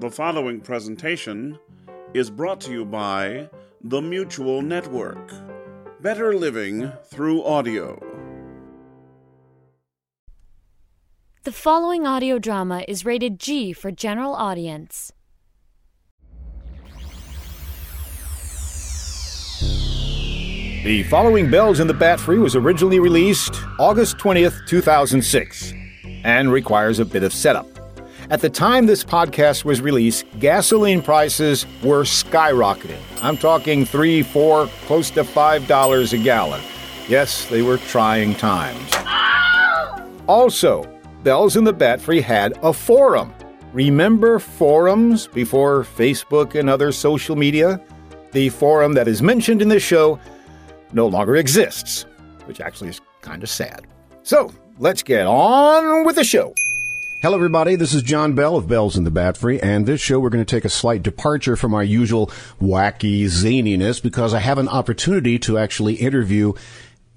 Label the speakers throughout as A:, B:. A: The following presentation is brought to you by the Mutual Network. Better living through audio.
B: The following audio drama is rated G for general audience.
C: The following Bells in the Bat Free was originally released August 20th, 2006, and requires a bit of setup. At the time this podcast was released, gasoline prices were skyrocketing. I'm talking three, four, close to five dollars a gallon. Yes, they were trying times. Also, Bells in the Bat Free had a forum. Remember forums before Facebook and other social media? The forum that is mentioned in this show no longer exists, which actually is kind of sad. So let's get on with the show.
D: Hello, everybody. This is John Bell of Bells in the Bat Free, and this show we're going to take a slight departure from our usual wacky zaniness because I have an opportunity to actually interview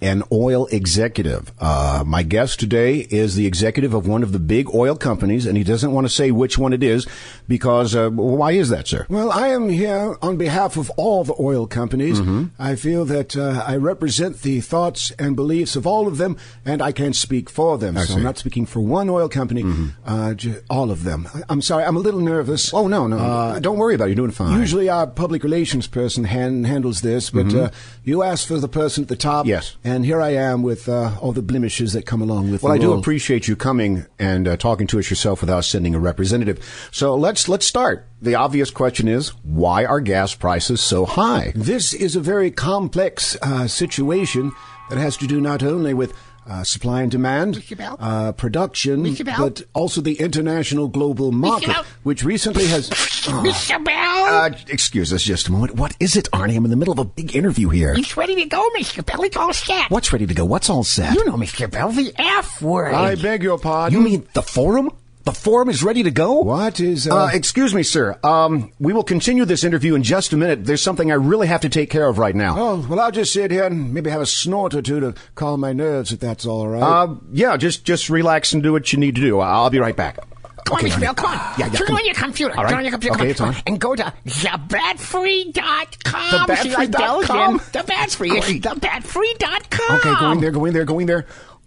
D: an oil executive. Uh, my guest today is the executive of one of the big oil companies, and he doesn't want to say which one it is because uh, why is that, sir?
E: Well, I am here on behalf of all the oil companies.
D: Mm-hmm.
E: I feel that uh, I represent the thoughts and beliefs of all of them, and I can speak for them. so
D: see. Mm-hmm.
E: I'm not speaking for one oil company, uh, j- all of them. I- I'm sorry, I'm a little nervous.
D: Oh no, no, don't worry about it. You're doing fine.
E: Uh, Usually, our public relations person han- handles this, but uh, you asked for the person at the top.
D: Mm-hmm. Yes.
E: And here I am with uh, all the blemishes that come along with
D: Well,
E: the
D: I do
E: role.
D: appreciate you coming and uh, talking to us yourself without sending a representative. So let's let's start. The obvious question is why are gas prices so high?
E: This is a very complex uh, situation that has to do not only with uh, supply and demand, uh, production, but also the international global market, which recently has.
F: Mr. Bell,
D: Uh, excuse us just a moment. What is it, Arnie? I'm in the middle of a big interview here.
F: it's ready to go, Mr. Bell. It's all set.
D: What's ready to go? What's all set?
F: You know, Mr. Bell, the F word.
E: I beg your pardon.
D: You mean the forum? The forum is ready to go?
E: What is,
D: Uh,
E: uh,
D: excuse me, sir. Um, we will continue this interview in just a minute. There's something I really have to take care of right now.
E: Oh, well, I'll just sit here and maybe have a snort or two to calm my nerves if that's all right.
D: Uh, yeah, just just relax and do what you need to do. I'll be right back.
F: Come on,
D: Okay,
F: Mr. Bell,
D: Arnie.
F: come on.
D: Yeah, yeah,
F: Turn
D: come
F: on your computer.
D: All right.
F: Turn on your computer.
D: Okay,
F: come
D: it's on.
F: And go to thebatfree.com.
D: Thebatfree
F: See, like
D: dot com?
F: Belgium. The Batfree. It's thebatfree.com.
D: Okay, go in there, go in there, go in there.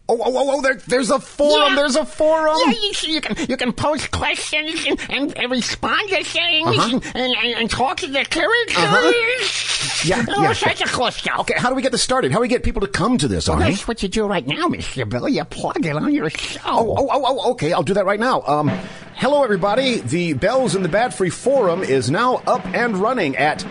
D: Oh, oh, oh, oh there, there's a forum.
E: um,
F: Yeah.
D: There's a forum.
F: Yeah, you see, you can you can post questions and, and, and respond to things
D: Uh-huh.
F: and, and, and talk to the characters.
D: Yeah,
F: oh,
D: Uh-huh. yeah.
F: such a cool stuff.
D: Okay, how do we get this started? How do we get people to come to this, Arnie?
F: That's what you do right now, Mr. Bell. You plug it on your show.
D: Oh, oh, oh, oh, okay. I'll do that right now. Um, hello, everybody. The Bells in the Bat Free Forum is now up and running at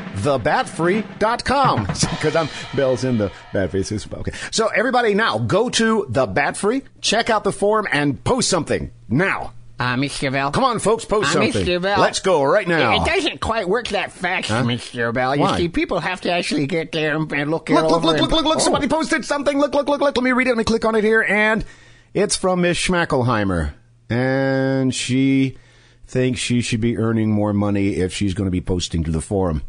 D: thebatfree.com. Because I'm Bells in the Bat Free. so it's- Okay. So, everybody, now go to the Bat Free, check out the forum, and post something now.
F: Uh, Mr. Bell.
D: Come on, folks, post
F: Uh,
D: something.
F: Mr. Bell.
D: Let's go right now.
F: It, it doesn't quite work that fast, Mr. Bell. You
D: Why?
F: see, people have to actually get there and, and look it
D: Look, look,
F: over
D: look,
F: and-
D: look, look, look.
F: Oh.
D: Somebody posted something. Look, look, look, look. Let me read it. Let me click on it here. And it's from Miss Schmackelheimer. And she thinks she should be earning more money if she's going to be posting to the forum.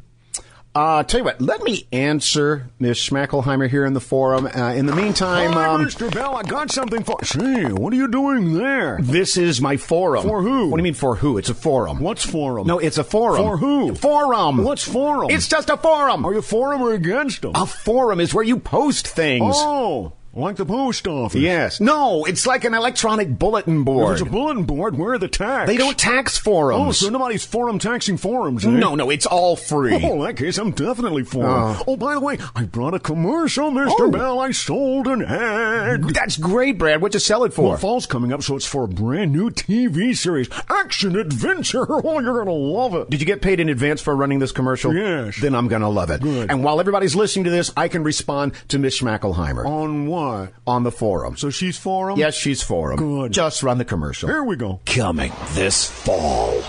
D: Uh, tell you what, let me answer Miss Schmackelheimer here in the forum. Uh, in the meantime,
E: Hi,
D: um,
E: Mr. Bell, I got something for. Say, what are you doing there?
D: this is my forum.
E: For who?
D: What do you mean for who? It's a forum.
E: What's forum?
D: No, it's a forum.
E: For who?
D: Forum.
E: What's forum?
D: It's just a forum.
E: Are you for 'em or against them?
D: A forum is where you post things.
E: Oh, like the post office.
D: Yes. No, it's like an electronic bulletin
E: If
D: board.
E: it's a bulletin board, where are the tax?
D: they don't tax forums.
E: Oh, so nobody's forum taxing forums, eh?
D: no, no, it's all free.
E: Oh, in that case, I'm definitely for 'em.
D: Oh.
E: Oh, by the way, I brought a commercial, Mr.
D: Oh.
E: Bell. I sold an ad.
D: That's great, Brad. What'd you sell it for?
E: Well, fall's coming up, so it's for a brand new TV series, Action Adventure. Oh, you're gonna love it.
D: Did you get paid in advance for running this commercial?
E: Yes.
D: Then I'm going to love it.
E: Good.
D: And while everybody's listening to this, I can respond to Miss Schmackelheimer
E: On what?
D: on the forum.
E: So she's for 'em?
D: yes, she's forum.
E: Good.
D: Just run the commercial.
E: Here we go.
G: Coming this fall.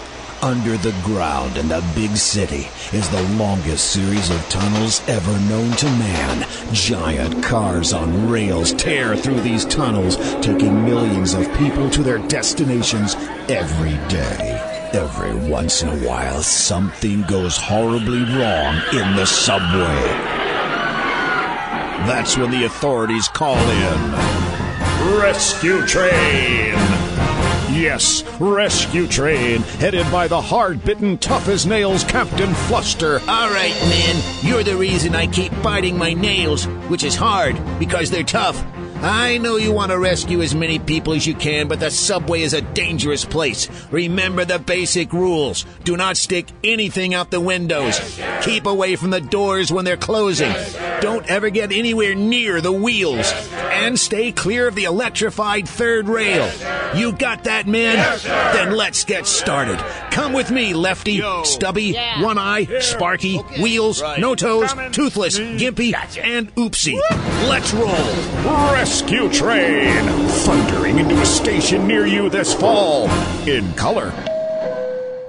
G: Under the ground in the big city is the longest series of tunnels ever known to man. Giant cars on rails tear through these tunnels, taking millions of people to their destinations every day. Every once in a while, something goes horribly wrong in the subway. That's when the authorities call in. Rescue train!
E: Yes, Rescue Train, headed by the hard bitten, tough as nails Captain Fluster.
H: All right, man, you're the reason I keep biting my nails, which is hard because they're tough. I know you want to rescue as many people as you can, but the subway is a dangerous place. Remember the basic rules. Do not stick anything out the windows. Keep away from the doors when they're closing. Don't ever get anywhere near the wheels. And stay clear of the electrified third rail. You got that, man? Then let's get started. Come with me, Lefty, Stubby, One Eye, Sparky, Wheels, No Toes, Toothless,
E: Mm.
H: Gimpy, and Oopsie. Let's roll.
E: Rescue Train, thundering into a station near you this fall. In color.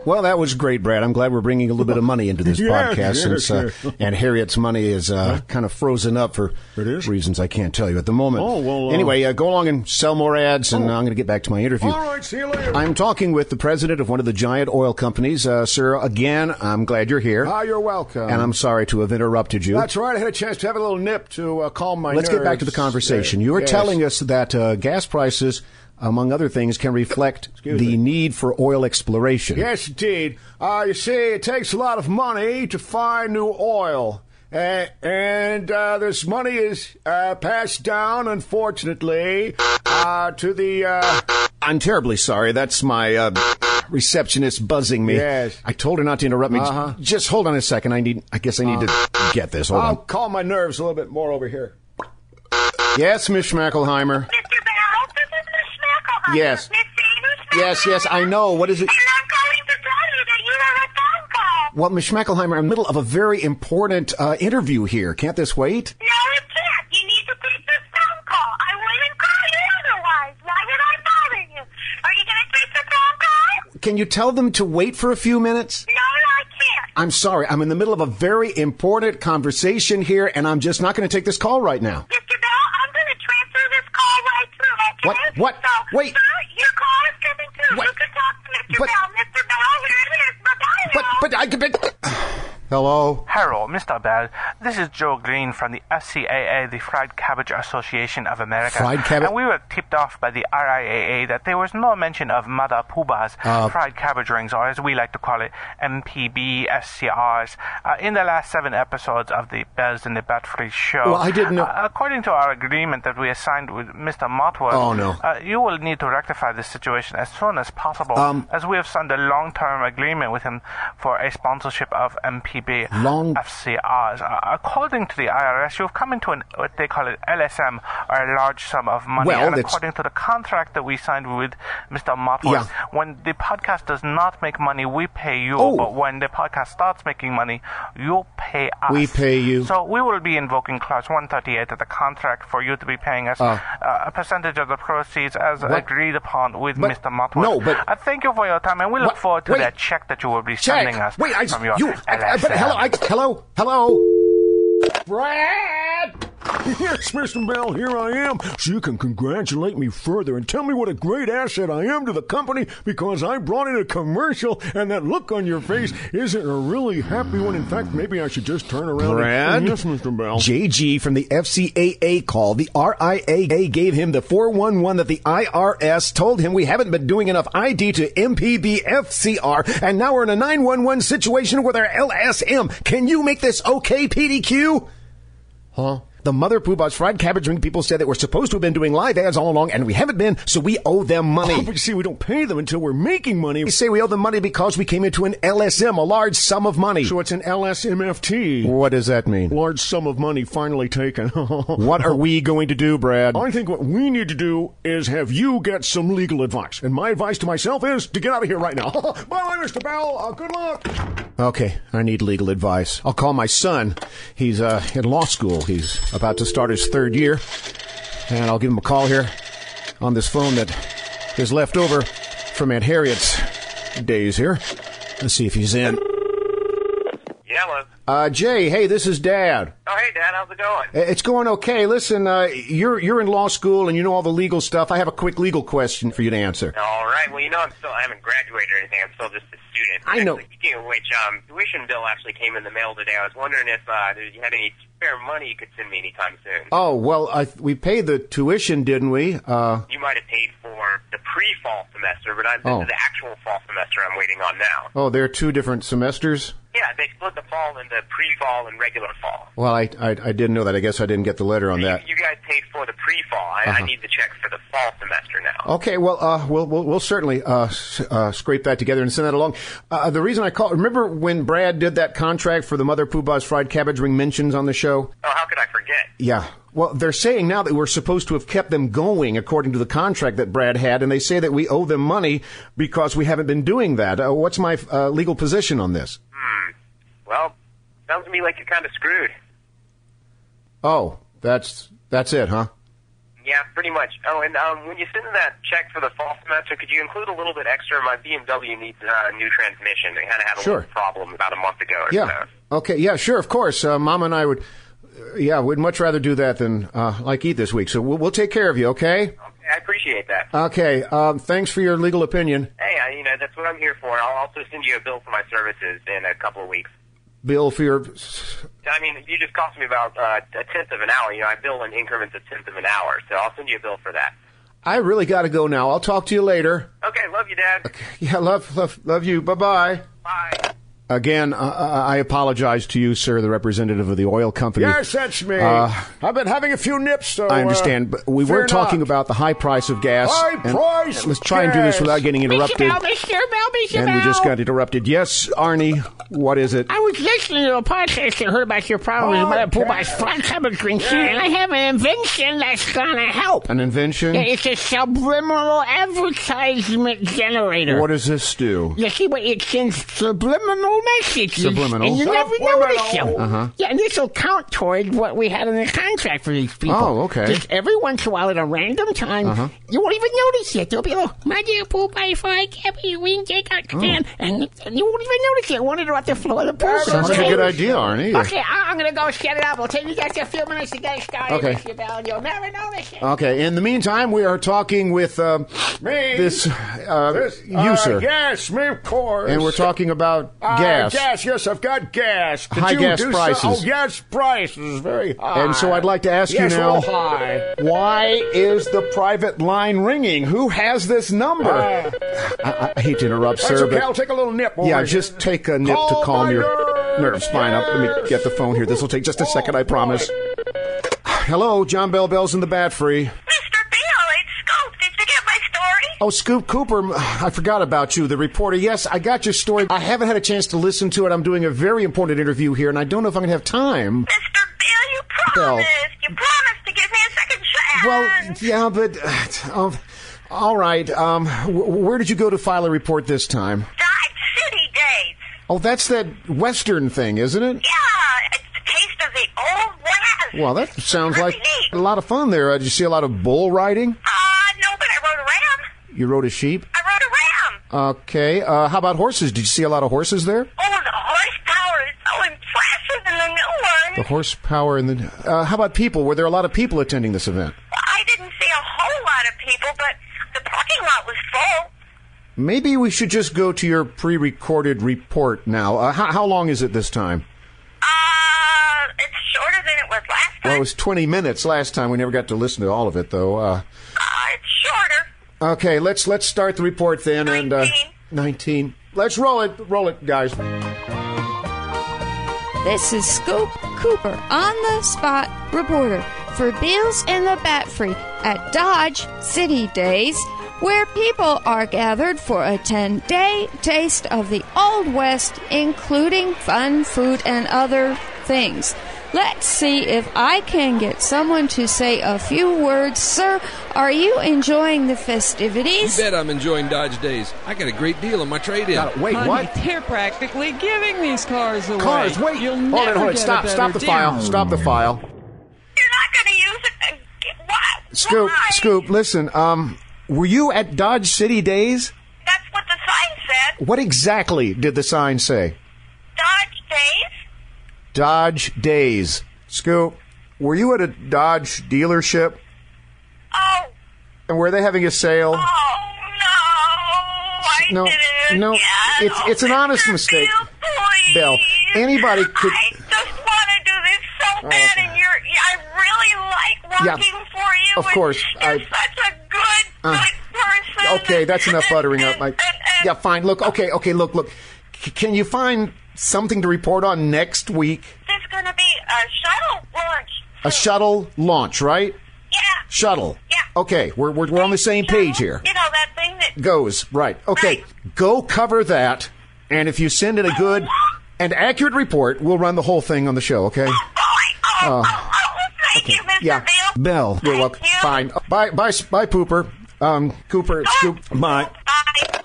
D: Well, that was great, Brad. I'm glad we're bringing a little bit of money into this
C: Yeah,
D: podcast
C: sure,
D: since uh,
C: sure.
D: and Harriet's money is uh, kind of frozen up for
C: It is?
D: reasons I can't tell you at the moment.
C: Oh, well, uh, Oh.
D: anyway, uh, go along and sell more ads, and I'm going to get back to my interview.
C: All right, see you later.
D: I'm talking with the president of one of the giant oil companies, uh, sir. Again, I'm glad you're here,
C: Ah, you're welcome.
D: and I'm sorry to have interrupted you.
C: That's right. I had a chance to have a little nip to uh, calm my
D: Let's get back to the
C: nerves.
D: conversation.
C: Yeah.
D: You were
C: Yes.
D: telling us that uh, gas prices, among other things, can reflect
C: Excuse
D: the
C: me.
D: need for oil exploration.
C: Yes, indeed. Uh, you see, it takes a lot of money to find new oil. Uh, and uh, this money is uh, passed down, unfortunately, uh, to the. Uh,
D: I'm terribly sorry. That's my uh, receptionist buzzing me.
C: Yes.
D: I told her not to interrupt me. J-
C: Uh-huh.
D: Just hold on a second. I need. I guess I need to get this. Hold
C: I'll calm my nerves a little bit more over here.
D: on. Yes, Miss Schmackelheimer.
I: Mr. Bell, this is Miss Schmackelheimer.
D: Yes.
I: Miss Davis?
D: Yes, yes. I know. What is it?
I: And I'm calling to tell you that you have a phone call.
D: Well, Miss Schmackelheimer, I'm in the middle of a very important uh, interview here. Can't this wait?
I: No, it can't. You need to take this phone call. I wouldn't call you otherwise. Why would I bother you? Are you going to take the phone call?
D: Can you tell them to wait for a few minutes?
I: No, I can't.
D: I'm sorry. I'm in the middle of a very important conversation here, and I'm just not going to take this call right now.
I: Mr. Bell, I'm going to transfer this call right through,
D: What?
I: okay?
D: What?
I: So,
D: Wait.
I: Sir, your call is coming through.
D: What?
I: You can talk to Mr.
D: But-
I: Bell. Mr. Bell, here it is. Bye-bye
D: But,
I: now.
D: but I could. But, hello.
J: Hello, Mr. Bell. This is Joe Green from the FCAA, the Fried Cabbage Association of America.
D: Fried cabbage-
J: And we were tipped off by the RIAA that there was no mention of Mother Poobah's
D: Ah,
J: fried cabbage rings, or as we like to call it, MPB SCRs, uh, in the last seven episodes of the Bells in the Bat Free show.
D: Well, I didn't know-
J: Uh, according to our agreement that we assigned with Mr. Motworth,
D: Oh, no.
J: uh, you will need to rectify this situation as soon as possible,
D: Um,
J: as we have signed a long-term agreement with him for a sponsorship of MPB.
D: Long-
J: FCRs. Uh, According to the IRS, you've come into an, what they call it LSM, or a large sum of money.
D: Well,
J: and
D: that's-
J: according to the contract that we signed with Mr. Motworth,
D: Yeah.
J: when the podcast does not make money, we pay you.
D: Oh.
J: But when the podcast starts making money, you pay us.
D: We pay you.
J: So we will be invoking Clause 138 of the contract for you to be paying us
D: Uh.
J: uh, a percentage of the proceeds as
D: What?
J: agreed upon with
D: But-
J: Mr. Motworth.
D: no, but-
J: I Uh, thank you for your time, and we look
D: What?
J: forward to
D: Wait.
J: that check that you will be
D: Check.
J: sending us
D: Wait, I
J: from your
D: you. I, I, but
J: LSM.
D: hello, I, hello, hello.
C: Brad!
E: Yes, Mr. Bell, here I am. So you can congratulate me further and tell me what a great asset I am to the company because I brought in a commercial and that look on your face isn't a really happy one. In fact, maybe I should just turn around.
D: Brad?
E: And, yes, Mr. Bell.
D: JG from the FCAA call. The RIAA gave him the 411 that the IRS told him we haven't been doing enough ID to MPB FCR, and now we're in a 911 situation with our LSM. Can you make this okay, PDQ? Huh? The mother Pooh Bah's fried cabbage ring people said that we're supposed to have been doing live ads all along, and we haven't been, so we owe them
E: Oh,
D: money.
E: but you see, we don't pay them until we're making money.
D: We say we owe them money because we came into an LSM, a large sum of money.
E: So it's an LSMFT.
D: What does that mean?
E: Large sum of money finally taken.
D: What are we going to do, Brad?
E: I think what we need to do is have you get some legal advice. And my advice to myself is to get out of here right now. Bye, Mr. Bell. Uh, good luck.
D: Okay, I need legal advice. I'll call my son. He's uh, in law school. He's about to start his third year, and I'll give him a call here on this phone that is left over from Aunt Harriet's days here. Let's see if he's in.
I: Yeah,
K: Hello.
D: Uh, Jay, hey, this is Dad.
K: Oh, hey, Dad. How's it going?
D: It's going okay. Listen, uh, you're you're in law school and you know all the legal stuff. I have a quick legal question for you to answer.
K: All right. Well, you know, I'm still I haven't graduated or anything. I'm still just a student.
D: I know.
K: Actually, speaking of which, um, tuition bill actually came in the mail today. I was wondering if uh, if you had any spare money you could send me anytime soon.
D: Oh well, I, we paid the tuition, didn't we? Uh,
K: You might have paid for the pre-fall semester, but I'm,
D: Oh.
K: this is the actual fall semester I'm waiting on now.
D: oh, there are two different semesters.
K: Yeah, they split the fall into pre-fall and regular fall.
D: Well, I, I I didn't know that. I guess I didn't get the letter on that.
K: You guys paid for the pre-fall. I, I
D: Uh-huh.
K: need the check for the fall semester now.
D: Okay, well, uh, we'll, we'll, we'll certainly uh, s- uh, scrape that together and send that along. Uh, the reason I call, remember when Brad did that contract for the Mother Pooh Bah's Fried Cabbage Ring mentions on the show?
K: Oh, how could I forget?
D: Yeah. Well, they're saying now that we're supposed to have kept them going according to the contract that Brad had, and they say that we owe them money because we haven't been doing that. Uh, what's my uh, legal position on this?
K: Hmm. Well, sounds to me like you're kind of screwed.
D: Oh, that's that's it, huh?
K: Yeah, pretty much. Oh, and um, when you send that check for the fall semester, could you include a little bit extra? My BMW needs uh, a new transmission. They kind of had a
D: Sure.
K: little problem about a month ago or
D: Yeah.
K: so.
D: Okay. Yeah. Sure. Of course. Uh, Mom and I would. Yeah, we'd much rather do that than uh, like eat this week. So we'll, we'll take care of you. Okay.
K: I appreciate that.
D: Okay. Um, thanks for your legal opinion.
K: Hey, I, you know, that's what I'm here for. I'll also send you a bill for my services in a couple of weeks.
D: Bill, for your.
K: I mean, you just cost me about uh, a tenth of an hour. You know, I bill in increments of tenth of an hour, so I'll send you a bill for that.
D: I really got to go now. I'll talk to you later.
K: Okay, love you, Dad.
D: Yeah, love, love, love you. Bye bye.
K: Bye.
D: Again, I, I I apologize to you, sir, the representative of the oil company.
L: Yes, that's me.
D: Uh,
L: I've been having a few nips, so
D: I understand,
L: uh,
D: but we were
L: fear
D: talking
L: not.
D: about the high price of gas.
L: High
D: and
L: price
D: Let's try and do this
L: gas.
D: without getting interrupted.
F: Mr. Bell, Mr. Bell, Mr.
D: And we just
F: Bell.
D: got interrupted. Yes, Arnie, what is it?
F: I was listening to a podcast and heard about your problem with Mother Pooh Bah's fried cabbage drink, and I have an invention that's gonna help.
D: An invention?
F: Yeah, It's a subliminal advertisement generator.
D: What does this do?
F: You see what it sends subliminal messages,
D: Subliminal?
F: and you never notice them.
D: Uh-huh.
F: Yeah, and this will count toward what we had in the contract for these people.
D: Oh, okay.
F: Just every once in a while, at a random time,
D: Uh-huh.
F: you won't even notice it. There'll be a my dear pool by five cabbage wing take out
D: Oh.
F: can, and, and you won't even notice it. I wondered about the flow of the pool.
D: Sounds like a good idea, Arnie.
F: Okay, I- I'm gonna go set it up. We'll take you guys a few minutes to get it started,
D: Okay. Uh,
F: Mr. Bell. You'll never notice it.
D: Okay. In the meantime, we are talking with um,
L: Me?
D: this, uh,
L: This-
D: you,
L: uh,
D: sir,
L: Yes, me, of course.
D: and we're talking about
L: Uh,
D: gas.
L: Gas, yes, I've got gas. Did
D: High
L: you
D: gas
L: do so-
D: prices.
L: Oh, gas prices, very high.
D: And so I'd like to ask
L: Yes,
D: you now,
L: real high.
D: why is the private line ringing? Who has this number?
L: Uh,
D: I, I hate to interrupt,
L: That's
D: sir,
L: okay,
D: but
L: I'll take a little nip.
D: yeah,
L: over
D: just
L: here.
D: take a nip to
L: Call
D: calm
L: my
D: your
L: nerves.
D: nerves. Fine, I'll- let me get the phone here. This will take just a second, I promise. Hello, John Bell Bell's in the Bat Free.
I: Mr. Bill, it's Scoop. Did you get my story?
D: Oh, Scoop Cooper, m- I forgot about you, the reporter. Yes, I got your story. I haven't had a chance to listen to it. I'm doing a very important interview here, and I don't know if I'm going to have time.
I: Mr. Bill, you promised. You promised to give me a second chance.
D: Well, yeah, but uh, um, all right. Um, w- where did you go to file a report this time?
I: Died City Days.
D: Oh, that's that Western thing, isn't it?
I: Yeah, it's the taste of the old West.
D: Well, that sounds like
I: Pretty neat.
D: a lot of fun there. Uh, did you see a lot of bull riding?
I: Uh, no, but I rode a ram.
D: You rode a sheep.
I: I rode a ram.
D: Okay. Uh, how about horses? Did you see a lot of horses there?
I: Oh, the horsepower is so impressive in the new one.
D: The horsepower and the. Uh, how about people? Were there a lot of people attending this event?
I: I didn't see a whole lot of people, but the parking lot was full.
D: Maybe we should just go to your pre-recorded report now. Uh, how, how long is it this time?
I: Uh, it's shorter than it was last
D: Well, it
I: time.
D: was 20 minutes last time. We never got to listen to all of it, though. Uh,
I: Uh, it's shorter.
D: Okay, let's let's start the report then. And uh, nineteen. Let's roll it, roll it, guys.
E: This is Scoop Cooper on the spot reporter for Bills in the Bat Free at Dodge City Days, where people are gathered for a 10 day taste of the Old West, including fun food and other things. Let's see if I can get someone to say a few words. Sir, are you enjoying the
M: You
E: festivities?
M: bet I'm enjoying Dodge Days. I got a great deal on my trade in.
E: Honey,
N: They're practically giving these cars away.
D: Cars, wait!
N: You'll
D: hold
N: never
D: it, hold it.
N: get a
D: Stop, stop
N: better
D: the file.
N: deal.
D: Stop the file. You're not going to use it. Scoop, Scoop. Listen, um, were you at Dodge City Days?
I: That's what the sign said.
D: What exactly did the sign say?
I: Dodge Days.
D: Dodge Days. Scoop, were you at a Dodge dealership?
I: Oh.
D: And were they having a sale? Oh. no, no, it's it's an honest mistake, Bill. Anybody could. Oh,
I: so bad, and you're. I really like
D: Yeah,
I: working for you.
D: of
I: and
D: course,
I: You're
D: I-
I: such a good,
D: Uh,
I: good person.
D: okay, that's enough buttering up. My, yeah, fine. Look, okay, okay, look, look. C- can you find something to report on next week?
I: There's going to be a shuttle launch.
D: A shuttle launch, right?
I: Yeah.
D: Shuttle. Yeah. Okay, we're we're, we're on the same page here.
I: You know that thing that
D: Goes right. Okay, go cover that, and if you send in a good and accurate report, we'll run the whole thing on the show. Okay.
I: Oh,
D: Uh,
I: Thank you, Mr.
D: Yeah. Bell. You're welcome. Fine. Oh, Bye, bye, s- bye, Pooper. Um,
I: Oh,
D: Cooper, Scoop. Bye.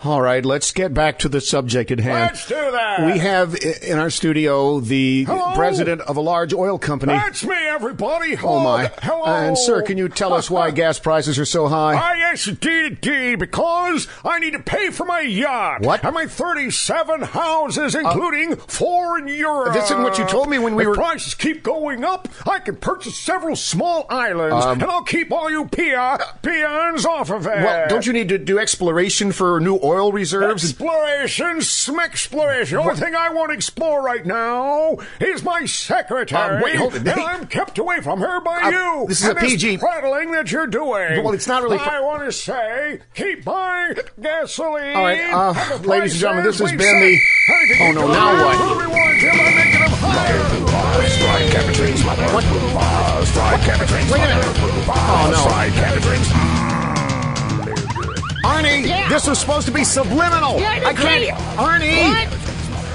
D: All right, let's get back to the subject at hand.
L: Let's do that.
D: We have i- in our studio the
L: Hello?
D: president of a large oil company.
L: That's me, everybody.
D: Oh my!
L: Hello.
D: And sir, can you tell us why gas prices are so high?
L: Ah, yes, indeed, indeed, because I need to pay for my yacht.
D: What? Uh,
L: And my 37 houses, including four in Europe.
D: This isn't what you told me when we
L: if
D: were-
L: prices keep going up, I can purchase several small islands,
D: Um,
L: and I'll keep all you peon- peons off of it.
D: Well, don't you need to do exploration for new oil reserves?
L: Exploration, some exploration. The only
D: What?
L: thing I want to explore right now is my secretary.
D: Um, wait, hold it.
L: And
D: Hey.
L: I'm kept away from her by
D: Uh,
L: you.
D: this is
L: and
D: a PG.
L: prattling that you're doing.
D: Well, it's not really pr-
L: I want to say, keep buying gasoline.
D: All right, uh,
L: and the
D: ladies and gentlemen, this
L: prices
D: has
L: we
D: been the-
L: set. Anything
D: Oh,
L: you
D: no,
L: do,
D: now
L: I'll
D: what?
L: put a reward, Jim. I'm making them higher.
D: What? Wait a minute. Oh, no. Arnie, this was supposed to be subliminal.
I: Yeah, I
D: I can't.
I: agree.
D: Arnie!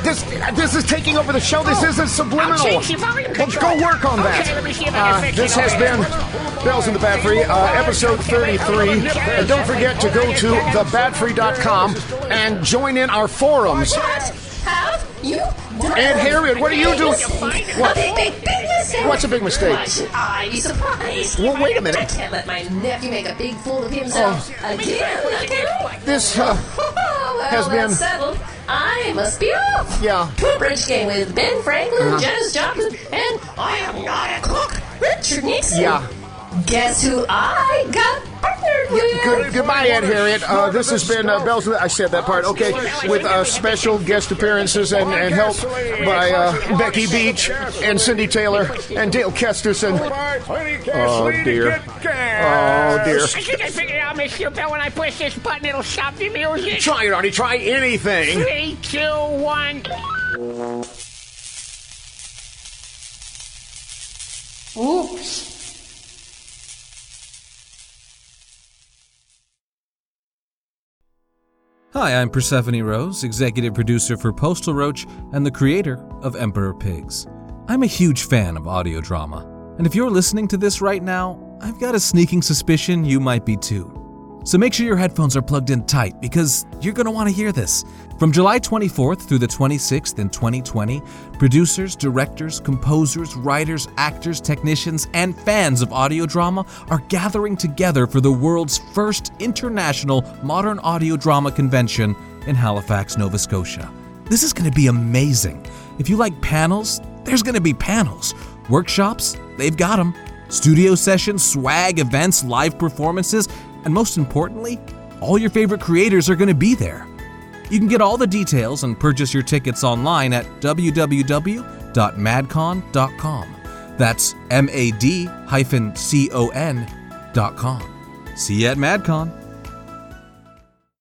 D: This this is taking over the show. This isn't subliminal.
I: I'll change Oh, the volume
D: Well,
I: control.
D: go work on that.
I: Okay, let me see if I can
D: Uh,
I: fix
D: this
I: it.
D: has
I: Okay.
D: been Bells in the Bat Free, uh, episode 33. And don't forget to go to thebatfree.com and join in our forums.
I: Have you
D: Aunt Harriet, what are you doing? What? What's a big mistake?
I: I'd be surprised.
D: Well, wait a minute.
I: I can't let my nephew make a big fool of himself again. again.
D: This uh,
I: well,
D: has been-
I: that's settled. I must be off.
D: Yeah.
I: To a bridge game with Ben Franklin,
D: Uh-huh.
I: Janice Joplin, and I am not a cook, Richard Nixon.
D: Yeah.
I: Guess who I got partnered with?
D: Good, goodbye, Aunt Harriet. Uh, this has been uh, Bells. I said that part. Okay, with uh, special guest appearances and, and help by uh, Becky Beach and Cindy Taylor and Dale Kesterson. Oh dear. Oh
F: I
D: dear.
F: think I figured it out, Mr. Bell. When I push this button, it'll stop the music.
D: Try it, Arnie. Try anything.
F: Three, two, one.
I: Oops.
H: Hi, I'm Persephone Rose, executive producer for Postal Roach and the creator of Emperor Pigs. I'm a huge fan of audio drama, and if you're listening to this right now, I've got a sneaking suspicion you might be too. So make sure your headphones are plugged in tight because you're going to want to hear this. From July 24th through the 26th in 2020, producers, directors, composers, writers, actors, technicians, and fans of audio drama are gathering together for the world's first international modern audio drama convention in Halifax, Nova Scotia. This is going to be amazing. If you like panels, there's going to be panels. Workshops, they've got them. Studio sessions, swag, events, live performances, and most importantly, all your favorite creators are going to be there. You can get all the details and purchase your tickets online at www.madcon.com. That's M A D hyphen C O N dot com. See you at MadCon.